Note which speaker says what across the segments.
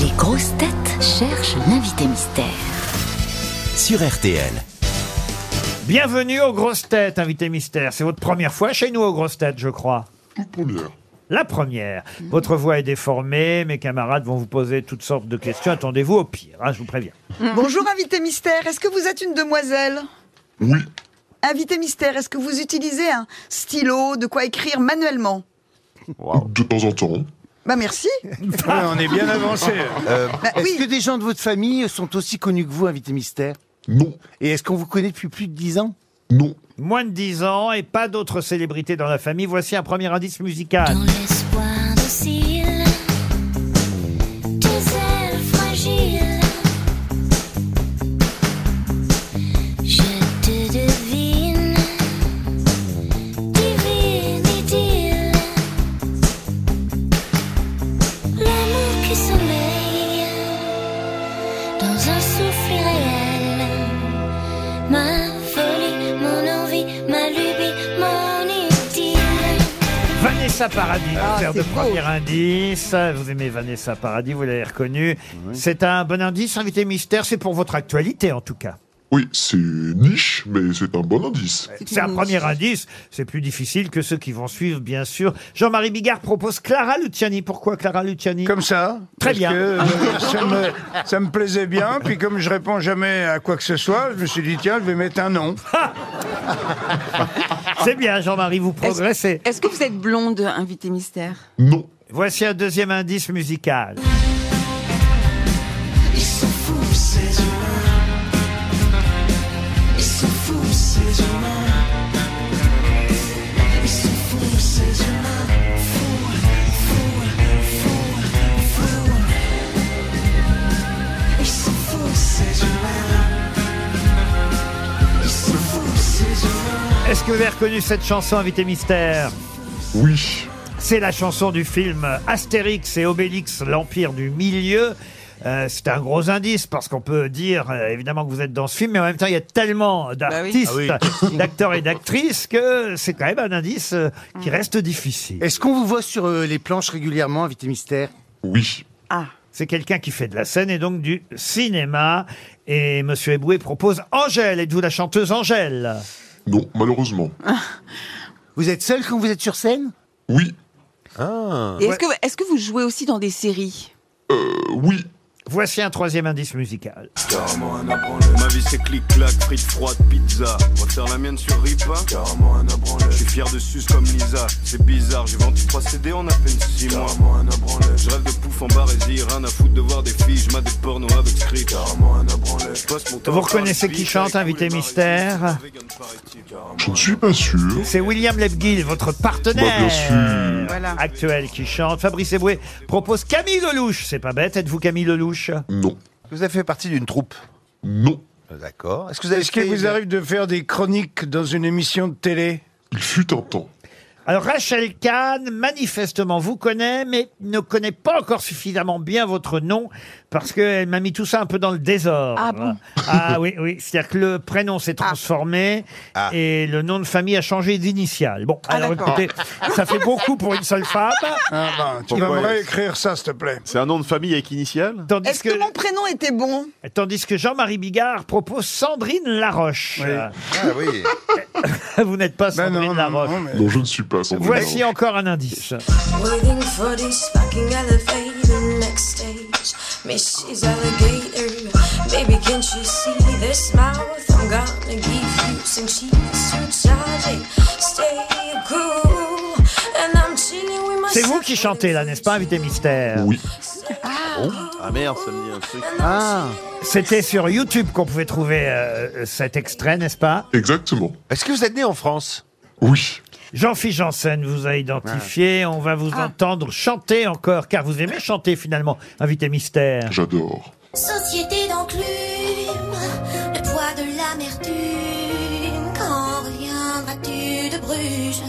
Speaker 1: Les grosses têtes cherchent l'invité mystère.
Speaker 2: sur RTL.
Speaker 3: Bienvenue aux grosses têtes, invité mystère. C'est votre première fois chez nous aux grosses têtes, je crois. La première. Votre voix est déformée, mes camarades vont vous poser toutes sortes de questions. Attendez-vous au pire, hein, je vous préviens.
Speaker 4: Bonjour invité mystère, est-ce que vous êtes une demoiselle
Speaker 5: Oui,
Speaker 4: Invité mystère, est-ce que vous utilisez un stylo, de quoi écrire manuellement
Speaker 5: de temps en temps.
Speaker 4: Bah merci.
Speaker 6: on est bien avancé.
Speaker 4: Bah
Speaker 7: Est-ce que
Speaker 4: oui.
Speaker 7: des gens de votre famille sont aussi connus que vous, invité mystère
Speaker 5: Non,
Speaker 7: Et est-ce qu'on vous connaît depuis plus de 10 ans
Speaker 5: non,
Speaker 3: Moins de 10 ans et pas d'autres célébrités dans la famille. Voici un premier indice musical.
Speaker 8: Dans l'espoir de cils, tes ailes fragiles, je te devine, divine idylle, l'amour qui sommeille dans un souffle réel, ma folie, mon envie, ma lubie, mon idylle.
Speaker 3: Vanessa Paradis, faire de premier indice. Vous aimez Vanessa Paradis, vous l'avez reconnue. C'est un bon indice, invité mystère. C'est pour votre actualité, en tout cas.
Speaker 5: oui, c'est niche, mais c'est un bon indice.
Speaker 3: C'est un premier indice. C'est plus difficile que ceux qui vont suivre, bien sûr. Jean-Marie Bigard propose Clara Luciani. Pourquoi Clara Luciani
Speaker 6: Comme ça.
Speaker 3: Très
Speaker 6: parce
Speaker 3: bien.
Speaker 6: que, euh, ça, me, ça me plaisait bien. Puis comme je réponds jamais à quoi que ce soit, je me suis dit, tiens, je vais mettre un nom.
Speaker 3: C'est bien, Jean-Marie, vous progressez.
Speaker 9: Est-ce que vous êtes blonde, invité mystère
Speaker 5: Non,
Speaker 3: Voici un deuxième indice musical.
Speaker 8: Ils sont fous ces humains. Ils sont fous ces humains. Ils sont fous ces humains. Fous, fous, fous, fous. Ils sont fous ces humains. Ils sont fous ces humains.
Speaker 3: Est-ce que vous avez reconnu cette chanson, Invité Mystère
Speaker 5: oui,
Speaker 3: C'est la chanson du film Astérix et Obélix, l'Empire du Milieu. Euh, c'est un gros indice parce qu'on peut dire euh, évidemment que vous êtes dans ce film, mais en même temps il y a
Speaker 9: Bah
Speaker 3: tellement d'artistes, d'acteurs et d'actrices que c'est quand même un indice euh, qui
Speaker 9: Mm.
Speaker 3: reste difficile.
Speaker 7: Est-ce qu'on vous voit sur euh, les planches régulièrement, invité mystère
Speaker 5: oui,
Speaker 3: C'est quelqu'un qui fait de la scène et donc du cinéma. Et Monsieur Eboué propose Angèle. Êtes-vous la chanteuse Angèle
Speaker 5: non, malheureusement.
Speaker 7: Vous êtes seul quand vous êtes sur scène
Speaker 5: Oui,
Speaker 9: Et est-ce que, est que vous jouez aussi dans des séries
Speaker 5: euh, oui,
Speaker 3: Voici un troisième indice musical.
Speaker 10: Carrément un abranleur. Ma vie c'est clic-clac, frites froides, pizza. Retire la mienne sur Ripa. Carrément un abranleur. Je suis fier de sus comme Lisa. C'est bizarre, j'ai vendu 3 CD en à peine 6 mois. Carrément un abranleur. Je rêve de pouf en barésie, rien à foutre de voir des filles. Je mets des pornos avec script. Carrément un abranleur. Je passe mon temps
Speaker 3: Vous
Speaker 10: à faire
Speaker 3: reconnaissez
Speaker 10: les
Speaker 3: qui
Speaker 10: biches avec
Speaker 3: chante, invité
Speaker 10: tous les
Speaker 3: mystère
Speaker 10: maraisis, vegan, paraît-il. Carrément
Speaker 5: je ne suis pas sûr.
Speaker 3: C'est William Lebguil, votre partenaire
Speaker 5: Bah, bien sûr.
Speaker 9: Voilà.
Speaker 3: actuel qui chante. Fabrice Eboué propose Camille Lelouch. C'est pas bête, êtes-vous Camille Lelouch
Speaker 5: Non,
Speaker 11: Vous avez fait partie d'une troupe. Euh,
Speaker 5: non,
Speaker 11: D'accord. Est-ce que vous avez
Speaker 6: Est-ce qu'il
Speaker 11: fait
Speaker 6: vous
Speaker 11: une-
Speaker 6: arrive de faire des chroniques dans une émission de télé
Speaker 5: il fut un temps.
Speaker 3: Alors Rachel Kahn, manifestement, vous connaît, mais ne connaît pas encore suffisamment bien votre nom, parce qu'elle m'a mis tout ça un peu dans le désordre.
Speaker 9: Ah bon Ah.
Speaker 3: Ah oui, oui. C'est-à-dire que le prénom s'est transformé et le nom de famille a changé d'initiale. Bon, alors
Speaker 9: Ah, d'accord.
Speaker 3: écoutez, ça fait beaucoup pour une seule femme,
Speaker 6: ah, ben, Tu vas me réécrire ça, s'il te plaît.
Speaker 10: C'est un nom de famille avec initial
Speaker 3: tandis
Speaker 4: Est-ce que...
Speaker 3: que,
Speaker 4: mon prénom était bon
Speaker 3: tandis que Jean-Marie Bigard propose Sandrine Laroche.
Speaker 11: Ah oui.
Speaker 3: Vous n'êtes pas
Speaker 6: Ben
Speaker 3: Sandrine
Speaker 6: non, non,
Speaker 3: Laroche.
Speaker 6: non, mais-
Speaker 5: Non, je ne suis pas sans
Speaker 3: Voici encore un indice.
Speaker 8: Waiting for this fucking elevator next stage. Mrs. Alligator, baby, can't you see this mouth? I'm gonna give you some cheese to charge it. Stay cool, and I'm chilling with my.
Speaker 3: C'est vous qui chantez là, n'est-ce pas, invité mystère
Speaker 5: Oui,
Speaker 10: Ah merde, ça me dit un truc.
Speaker 7: Ah
Speaker 3: C'était sur YouTube qu'on pouvait trouver euh, cet extrait, n'est-ce pas
Speaker 5: exactement.
Speaker 11: Est-ce que vous êtes né en France
Speaker 5: Oui,
Speaker 3: Jean-Philippe Janssen vous a identifié. On va vous
Speaker 5: Ah.
Speaker 3: entendre chanter encore, car vous aimez chanter finalement, invité mystère.
Speaker 5: j'adore.
Speaker 8: Société d'enclume, le poids de l'amertume, quand reviendras-tu de Bruges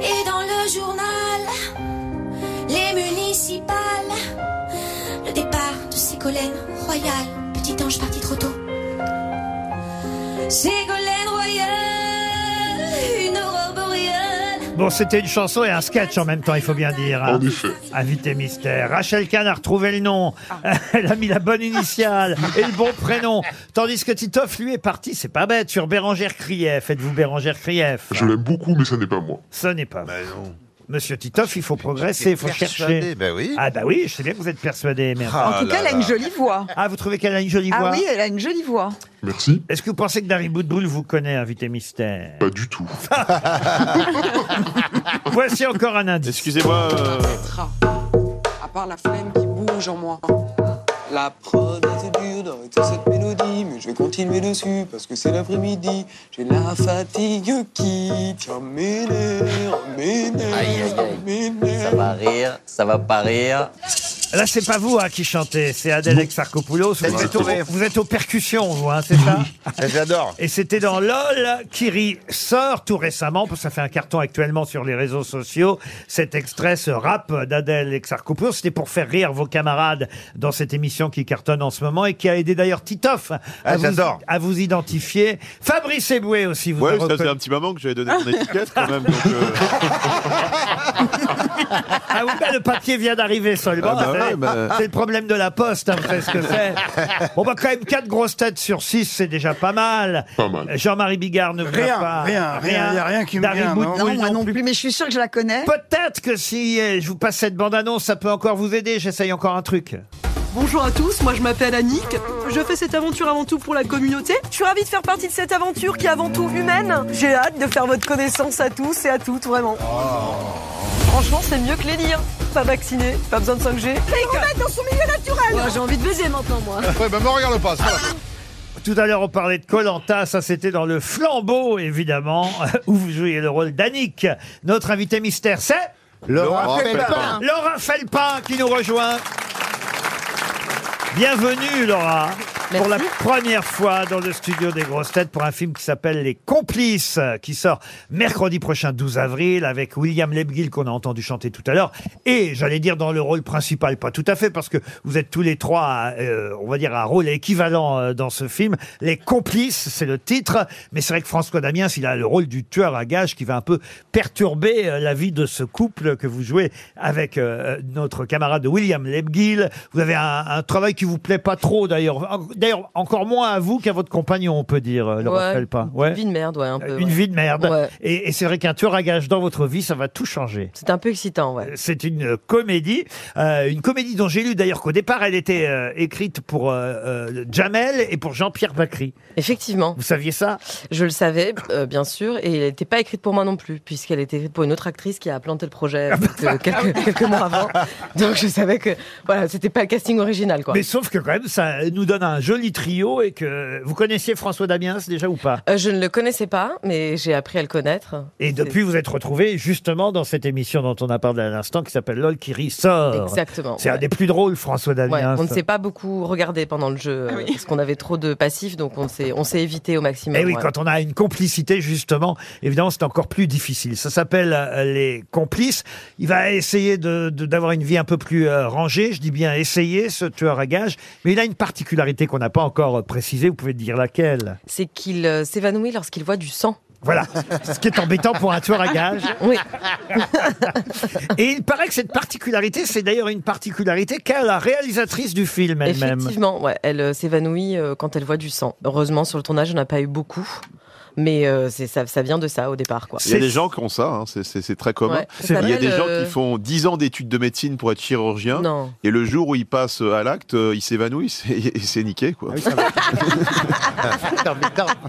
Speaker 8: Et dans le journal, les municipales, le départ de Ségolène Royal, petit ange parti trop tôt. Ségolène Royal, une aurore boréale,
Speaker 3: Bon, c'était une chanson et un sketch en même temps, il faut bien dire. hein.
Speaker 5: En effet.
Speaker 3: Invité mystère. Rachel Kahn a retrouvé le nom.
Speaker 5: Ah.
Speaker 3: Elle a mis la bonne initiale et le bon prénom. Tandis que Titoff, lui, est parti, c'est pas bête, sur Bérangère Krief. Êtes-vous Bérangère Krief
Speaker 5: Je Bah l'aime beaucoup, mais ça n'est pas moi.
Speaker 3: Ce n'est pas vrai. Monsieur Titoff, il faut progresser, il faut
Speaker 5: J'étais
Speaker 3: chercher.
Speaker 5: persuadé, ben oui.
Speaker 3: Ah bah oui, je sais bien que vous êtes persuadé, mais...
Speaker 11: Ah
Speaker 4: En
Speaker 7: Ah
Speaker 4: tout cas, elle a une jolie voix.
Speaker 3: Ah, vous trouvez qu'elle a une jolie voix
Speaker 4: Ah oui, elle a une jolie voix.
Speaker 5: Merci.
Speaker 3: Est-ce que vous pensez que Dari Boudboul vous connaît, invité mystère
Speaker 5: Pas du tout.
Speaker 3: Voici encore un indice.
Speaker 10: Excusez-moi, euh,
Speaker 12: À part la flemme qui bouge en moi. La prod est dure d'arrêter cette mélodie, mais je vais continuer dessus parce que c'est l'après-midi. J'ai la fatigue qui tiens m'énerve,
Speaker 13: Aïe, aïe,
Speaker 12: m'énerve,
Speaker 13: aïe. Ça
Speaker 12: m'énerve.
Speaker 13: va rire, ça va pas rire.
Speaker 3: Là, c'est pas vous hein, qui chantez, c'est Adèle Exarchopoulos. Vous,
Speaker 13: Laisse-le
Speaker 3: êtes aux-
Speaker 13: tourner.
Speaker 3: vous êtes aux percussions, vous, hein, c'est ça
Speaker 11: J'adore.
Speaker 3: Et c'était dans LOL, Kiri sort tout récemment, parce que ça fait un carton actuellement sur les réseaux sociaux, cet extrait, ce rap d'Adèle Exarchopoulos. C'était pour faire rire vos camarades dans cette émission qui cartonne en ce moment et qui a aidé d'ailleurs Titoff à,
Speaker 11: Ah,
Speaker 3: vous,
Speaker 11: j'adore.
Speaker 3: à vous identifier. Fabrice Eboué aussi, vous a
Speaker 14: Ouais, ça
Speaker 3: reconnu.
Speaker 14: faisait un petit moment que j'avais donné mon étiquette quand même. donc, euh,
Speaker 3: Ah oui, bah, le papier vient d'arriver seulement.
Speaker 14: Ah bah ouais,
Speaker 3: C'est-
Speaker 14: bah-
Speaker 3: C'est le problème de la poste, hein, vous savez ce que c'est. Bon, bah, quand même, quatre grosses têtes sur 6, c'est déjà pas mal. Jean-Marie Bigard ne vient
Speaker 6: Rien,
Speaker 3: pas.
Speaker 6: rien, rien, y a rien qui me
Speaker 3: Dari
Speaker 6: vient, non.
Speaker 3: Boudboul
Speaker 6: Non, moi non
Speaker 3: plus, mais je suis sûr que je la connais. Peut-être que si euh, je vous passe cette bande-annonce, ça peut encore vous aider. J'essaye encore un truc.
Speaker 15: Bonjour à tous, moi je m'appelle Annick. Je fais cette aventure avant tout pour la communauté. Je suis ravie de faire partie de cette aventure qui est avant tout humaine. J'ai hâte de faire votre connaissance à tous et à toutes, vraiment. Franchement, c'est mieux que les liens. Pas vacciné, pas besoin de 5G. Et on dans son milieu naturel J'ai envie de baiser maintenant, moi.
Speaker 11: Ouais, ben me regarde pas, ça va.
Speaker 3: Tout à l'heure, on parlait de Colanta. Ça, c'était dans le flambeau, évidemment, où vous jouiez le rôle d'Annick. Notre invité mystère, c'est
Speaker 11: Laura Laura Felpin. Felpin.
Speaker 3: Laura Felpin qui nous rejoint. Bienvenue, Laura. Pour la première fois dans le studio des grosses têtes pour un film qui s'appelle Les Complices, euh, qui sort mercredi prochain 12 avril avec William Lebguil qu'on a entendu chanter tout à l'heure et j'allais dire dans le rôle principal, pas tout à fait parce que vous êtes tous les trois, à, euh, on va dire à un rôle équivalent euh, dans ce film. Les Complices, c'est le titre, mais c'est vrai que François Damiens, il a le rôle du tueur à gages qui va un peu perturber euh, la vie de ce couple que vous jouez avec euh, notre camarade William Lebguil. Vous avez un, un travail qui vous plaît pas trop d'ailleurs. En- D'ailleurs, encore moins à vous qu'à votre compagnon, on peut dire, euh, Laura
Speaker 16: Ouais,
Speaker 3: Felpin.
Speaker 16: Une vie de merde, ouais, un peu.
Speaker 3: Euh, Une
Speaker 16: ouais.
Speaker 3: vie de merde.
Speaker 16: Ouais.
Speaker 3: Et, et c'est vrai qu'un tueur à gages dans votre vie, ça va tout changer.
Speaker 16: C'est un peu excitant, ouais.
Speaker 3: C'est une euh, comédie, euh, une comédie dont j'ai lu d'ailleurs qu'au départ elle était euh, écrite pour euh, euh, Jamel et pour Jean-Pierre Bacry.
Speaker 16: Effectivement.
Speaker 3: Vous saviez ça
Speaker 16: Je le savais, euh, bien sûr, et elle n'était pas écrite pour moi non plus, puisqu'elle était écrite pour une autre actrice qui a planté le projet
Speaker 3: Ah,
Speaker 16: euh,
Speaker 3: bah,
Speaker 16: quelques, quelques mois avant. Donc je savais que voilà, c'était pas le casting original, quoi.
Speaker 3: Mais sauf que quand même ça nous donne un joli trio et que vous connaissiez François Damiens déjà ou pas
Speaker 16: Euh, je ne le connaissais pas, mais j'ai appris à le connaître.
Speaker 3: Et depuis vous êtes retrouvés justement dans cette émission dont on a parlé à l'instant qui s'appelle LOL qui ressort.
Speaker 16: Exactement,
Speaker 3: C'est un
Speaker 16: ouais.
Speaker 3: des plus drôles François
Speaker 16: Ouais,
Speaker 3: Damiens.
Speaker 16: on ne s'est pas beaucoup regardé pendant le
Speaker 3: Ah
Speaker 16: jeu, euh, parce qu'on avait trop de passifs, donc on s'est on s'est évité au maximum.
Speaker 3: Eh oui,
Speaker 16: ouais.
Speaker 3: quand on a une complicité, justement, évidemment, c'est encore plus difficile. Ça s'appelle euh, les complices. Il va essayer de- de- d'avoir une vie un peu plus euh, rangée. Je dis bien essayer, ce tueur à gages. Mais il a une particularité qu'on n'a pas encore euh, précisée. Vous pouvez dire laquelle
Speaker 16: C'est qu'il euh, s'évanouit lorsqu'il voit du sang. Ah.
Speaker 3: voilà, ce qui est embêtant pour un tueur à gages.
Speaker 16: Oui.
Speaker 3: Et il paraît que cette particularité, c'est d'ailleurs une particularité qu'a la réalisatrice du film elle-même.
Speaker 16: Effectivement, ouais, elle euh, s'évanouit euh, quand elle voit du sang. Heureusement, sur le tournage, on n'a pas eu beaucoup, mais euh, c'est ça, ça vient de ça au départ. Quoi.
Speaker 14: Il y a des gens qui ont ça, hein, c'est- c'est c'est très commun.
Speaker 16: Ouais, ça
Speaker 14: Il y a
Speaker 16: s'appelle,
Speaker 14: des gens
Speaker 16: euh,
Speaker 14: qui font 10 ans d'études de médecine pour être chirurgien,
Speaker 16: Non.
Speaker 14: et le jour où ils passent à l'acte, euh, ils s'évanouissent et et c'est niqué. Quoi.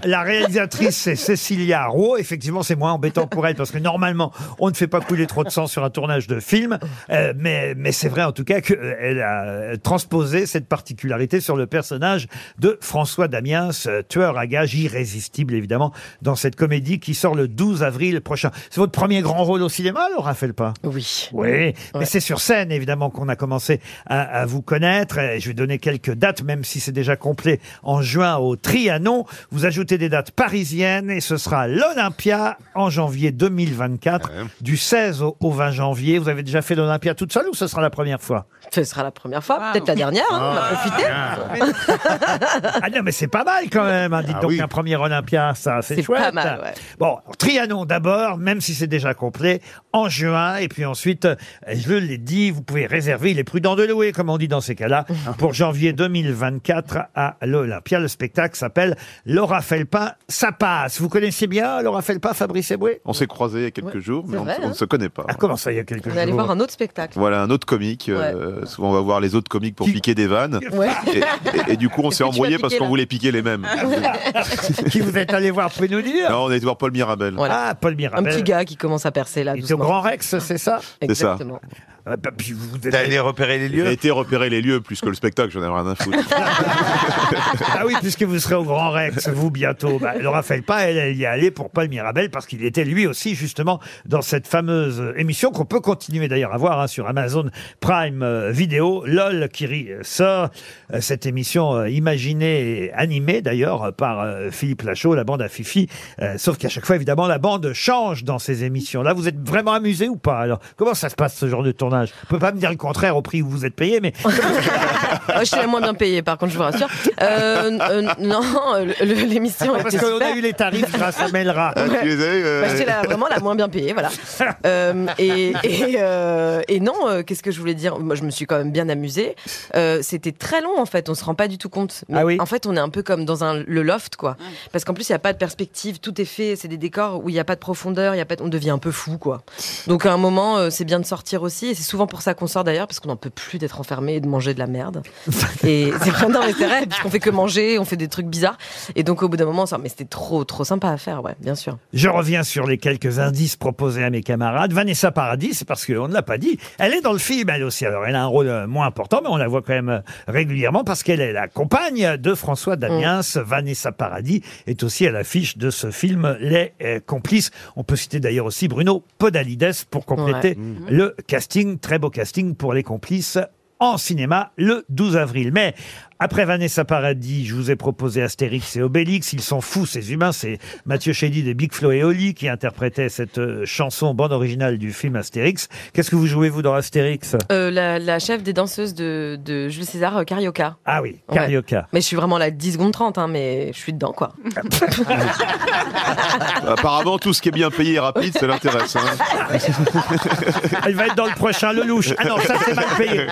Speaker 3: La réalisatrice, c'est Cécilia Rowe. Effectivement, c'est moins embêtant pour elle parce que normalement, on ne fait pas couler trop de sang sur un tournage de film. Euh, mais mais c'est vrai en tout cas qu'elle a transposé cette particularité sur le personnage de François Damiens, euh, tueur à gages irrésistible évidemment, dans cette comédie qui sort le 12 avril prochain. C'est votre premier grand rôle au cinéma, Laura Felpin
Speaker 16: Oui.
Speaker 3: Oui, mais c'est sur scène évidemment qu'on a commencé à, à vous connaître. Et je vais donner quelques dates, même si c'est déjà complet, en juin au Trianon. Vous ajoutez des dates parisiennes et ce sera à l'Olympia en janvier 2024, du 16 au, au 20 janvier. Vous avez déjà fait l'Olympia toute seule ou ce sera la première fois
Speaker 16: Ce sera la première fois, peut-être la dernière, hein, on va profiter.
Speaker 3: Ah non, mais c'est pas mal quand même, hein, dites donc un premier Olympia, ça. c'est
Speaker 16: C'est
Speaker 3: chouette.
Speaker 16: pas mal, ouais.
Speaker 3: Bon, Trianon d'abord, même si c'est déjà complet, en juin. Et puis ensuite, euh, je l'ai dit, vous pouvez réserver, il est prudent de louer, comme on dit dans ces cas-là, pour janvier 2024 à l'Olympia. Le spectacle s'appelle Laura Felpin, ça passe. Vous connaissez bien Laura Felpin, Fabrice Eboué
Speaker 14: On s'est croisés il y a quelques jours, mais
Speaker 16: C'est
Speaker 14: on,
Speaker 16: vrai,
Speaker 14: on
Speaker 16: hein
Speaker 14: ne se connaît pas.
Speaker 3: Ah, comment ça, il y a quelques
Speaker 16: On est allé voir un autre spectacle.
Speaker 14: Voilà, un autre comique. euh, souvent, on va voir les autres comiques pour piquer des vannes.
Speaker 16: Ouais.
Speaker 14: Et, et- et du coup, on s'est
Speaker 16: Est-ce que tu
Speaker 14: embrouillé
Speaker 16: vas
Speaker 14: parce
Speaker 16: piquer,
Speaker 14: qu'on
Speaker 16: là
Speaker 14: voulait piquer les mêmes.
Speaker 3: Qui vous êtes allé voir, pouvez nous dire
Speaker 14: Non, on est allé voir Paul Mirabel.
Speaker 3: Ah, Paul
Speaker 16: Un
Speaker 3: Mirabel.
Speaker 16: petit gars qui commence à percer là.
Speaker 3: C'est au Grand Rex, c'est ça
Speaker 14: C'est ça.
Speaker 16: Exactement.
Speaker 3: Ah, bah, puis vous êtes-
Speaker 14: repérer les lieux J'ai été repérer les lieux plus que le spectacle, j'en ai rien à foutre.
Speaker 3: Ah oui, puisque vous serez au Grand Rex, vous, bientôt. Bah, Laura Felpin, elle, elle y est allée pour Paul Mirabel, parce qu'il était lui aussi, justement, dans cette fameuse euh, émission qu'on peut continuer d'ailleurs à voir hein, sur Amazon Prime euh, Video. LOL qui rit, euh, sort. Euh, cette émission euh, imaginée et animée, d'ailleurs, euh, par euh, Philippe Lachaud, la bande à Fifi. Euh, sauf qu'à chaque fois, évidemment, la bande change dans ces émissions-là. Vous êtes vraiment amusé ou pas Alors, comment ça se passe, ce genre de tournage On peut pas me dire le contraire au prix où vous êtes payé, mais...
Speaker 16: Moi, Ah, je suis la moins bien payée, par contre, je vous rassure. Euh, euh, non, le- le- l'émission
Speaker 3: Ah, Parce
Speaker 16: était
Speaker 3: qu'on
Speaker 16: super.
Speaker 3: a eu les tarifs grâce à Melra.
Speaker 16: Ah, tu les
Speaker 5: Euh,
Speaker 16: Bah, j'étais la- vraiment la moins bien payée, voilà. Euh, et, et, euh, et non, euh, qu'est-ce que je voulais dire Moi, je me suis quand même bien amusée. Euh, C'était très long, en fait. On se rend pas du tout compte. Mais En fait, on est un peu comme dans un, le loft, quoi. Parce qu'en plus, il n'y a pas de perspective. Tout est fait. C'est des décors où il n'y a pas de profondeur. Il y a pas. de- On devient un peu fou, quoi. Donc, à un moment, euh, c'est bien de sortir aussi. Et c'est souvent pour ça qu'on sort d'ailleurs, parce qu'on n'en peut plus d'être enfermé et de manger de la merde. Et c'est vrai, non, mais c'est vrai, puisqu'on fait que manger, on fait des trucs bizarres. Et donc, au bout d'un moment, on sort. Mais c'était trop, trop sympa à faire, ouais, bien sûr.
Speaker 3: Je reviens sur les quelques indices proposés à mes camarades. Vanessa Paradis, c'est parce qu'on ne l'a pas dit, elle est dans le film, elle aussi. Alors, elle a un rôle euh, moins important, mais on la voit quand même euh, régulièrement parce qu'elle est la compagne de François Damiens. Vanessa Paradis est aussi à l'affiche de ce film Les euh, Complices. On peut citer d'ailleurs aussi Bruno Podalides pour compléter
Speaker 17: Ouais. Mmh.
Speaker 3: Mm-hmm. le casting. Très beau casting pour Les Complices en cinéma le 12 avril. Mais après Vanessa Paradis, je vous ai proposé Astérix et Obélix. Ils sont fous, ces humains. C'est Mathieu Chédid et Big Flo et Oli qui interprétaient cette euh, chanson, bande originale du film Astérix. Qu'est-ce que vous jouez, vous, dans Astérix
Speaker 16: Euh, la, la chef des danseuses de, de Jules César, euh, Carioca.
Speaker 3: Ah oui,
Speaker 16: Ouais.
Speaker 3: Carioca.
Speaker 16: Mais je suis vraiment là 10 secondes 30, hein, mais je suis dedans, quoi.
Speaker 14: Apparemment, tout ce qui est bien payé et rapide, ça l'intéresse. hein.
Speaker 3: Il va être dans le prochain Lelouch. Ah non, ça c'est mal payé.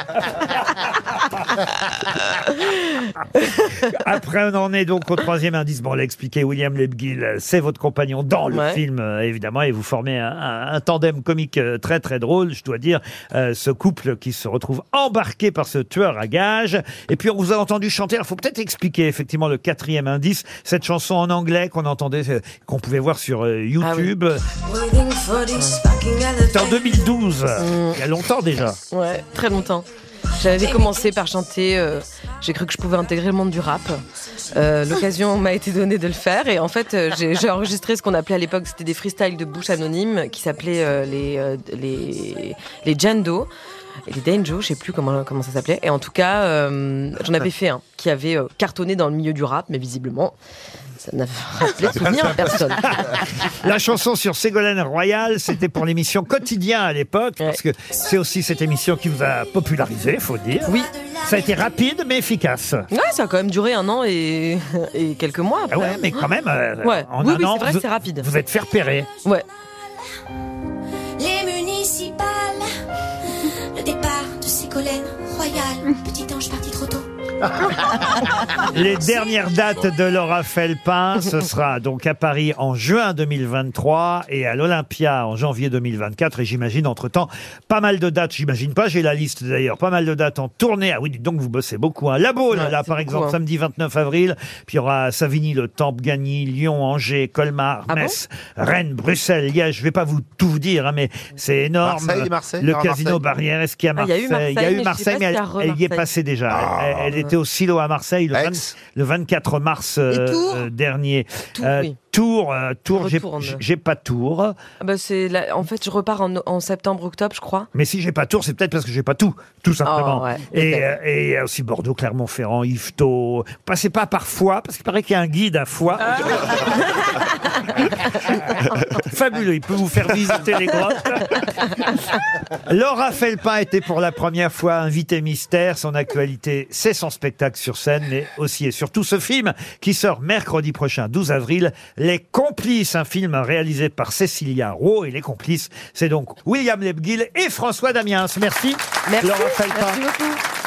Speaker 3: Après, on en est donc au troisième indice. Bon, on l'a expliqué, William Lebguil, c'est votre compagnon dans le
Speaker 17: Ouais.
Speaker 3: film, euh, évidemment, et vous formez un, un- un tandem comique euh, très très drôle, je dois dire, euh, ce couple qui se retrouve embarqué par ce tueur à gages. Et puis, on vous a entendu chanter, il faut peut-être expliquer effectivement le quatrième indice, cette chanson en anglais qu'on entendait, euh, qu'on pouvait voir sur euh,
Speaker 16: Ah
Speaker 3: YouTube.
Speaker 8: Waiting for this fucking
Speaker 3: C'était en
Speaker 8: elephant.
Speaker 3: 2012, il y a longtemps déjà.
Speaker 16: Ouais, très longtemps. J'avais commencé par chanter, euh, j'ai cru que je pouvais intégrer le monde du rap. Euh, L'occasion m'a été donnée de le faire et en fait euh, j'ai j'ai enregistré ce qu'on appelait à l'époque, c'était des freestyles de bouche anonyme qui s'appelaient euh, les, euh, les, les Jando et les Danjo, je sais plus comment, comment ça s'appelait. Et en tout cas, euh, j'en avais fait un qui avait euh, cartonné dans le milieu du rap, mais visiblement ça n'a
Speaker 3: Ah,
Speaker 16: rappelé souvenir à personne.
Speaker 3: La chanson sur Ségolène Royal, c'était pour l'émission Quotidien à l'époque, parce que c'est aussi cette émission qui vous a popularisé, faut dire.
Speaker 16: Oui.
Speaker 3: Ça a été rapide mais efficace.
Speaker 16: Ouais, ça a quand même duré un an et, et quelques mois après.
Speaker 3: Ah ouais, mais quand même, euh,
Speaker 16: Ouais.
Speaker 3: en
Speaker 16: oui,
Speaker 3: un
Speaker 16: oui,
Speaker 3: an,
Speaker 16: c'est vrai
Speaker 3: vous,
Speaker 16: que c'est rapide.
Speaker 3: vous êtes fait repérer.
Speaker 16: Ouais.
Speaker 8: Les municipales, le départ de Ségolène Royal, petit ange parti trop tôt.
Speaker 3: Les dernières dates de Laura Felpin, ce sera donc à Paris en juin 2023 et à l'Olympia en janvier 2024. Et j'imagine entre-temps, pas mal de dates, j'imagine pas, j'ai la liste d'ailleurs, pas mal de dates en tournée. Ah oui, dites donc vous bossez beaucoup. Hein. La Baule,
Speaker 17: Ouais,
Speaker 3: là
Speaker 17: c'est
Speaker 3: par
Speaker 17: beaucoup,
Speaker 3: exemple,
Speaker 17: hein.
Speaker 3: samedi 29 avril. Puis il y aura Savigny, Le Temple, Gagny, Lyon, Angers, Colmar,
Speaker 17: Ah bon
Speaker 3: Metz, Rennes, Bruxelles, Liège. Je vais pas vous tout vous dire, hein, mais c'est énorme.
Speaker 17: Marseille, Marseille,
Speaker 3: Le
Speaker 17: non,
Speaker 3: casino
Speaker 17: Marseille.
Speaker 3: Barrière, est-ce qu'il y a
Speaker 17: Ah, il y a eu
Speaker 3: Marseille Il y a eu Marseille,
Speaker 17: Marseille,
Speaker 3: mais
Speaker 17: mais je sais
Speaker 3: elle,
Speaker 17: pas s'il y a
Speaker 3: elle y est
Speaker 17: re-Marseille.
Speaker 3: passée déjà. Elle- elle était au silo à Marseille le, 20 le 24 mars euh,
Speaker 16: Tours
Speaker 3: euh, dernier.
Speaker 16: Tours, oui.
Speaker 3: Tours, euh, Tours, j'ai-
Speaker 16: Retourne.
Speaker 3: j'ai pas Tours.
Speaker 16: Ah bah, c'est la- En fait, je repars en, en septembre, octobre, je crois.
Speaker 3: Mais si j'ai pas Tours, c'est peut-être parce que j'ai pas tout, tout simplement.
Speaker 16: Oh, ouais,
Speaker 3: et, euh,
Speaker 16: peut-être.
Speaker 3: et il y a aussi Bordeaux, Clermont-Ferrand, Yvetot.
Speaker 16: Ah.
Speaker 3: Passez pas par Foix, parce qu'il paraît qu'il y a un guide à Foix. Fabuleux, il peut vous faire visiter les grottes. Laura Felpin était pour la première fois invitée mystère. Son actualité, c'est son spectacle sur scène, mais aussi et surtout ce film qui sort mercredi prochain, 12 avril, Les Complices, un film réalisé par Cécilia Rowe et Les Complices. C'est donc William Lebguil et François Damiens. Merci,
Speaker 16: Merci.
Speaker 3: Laura Felpin.
Speaker 16: Merci beaucoup.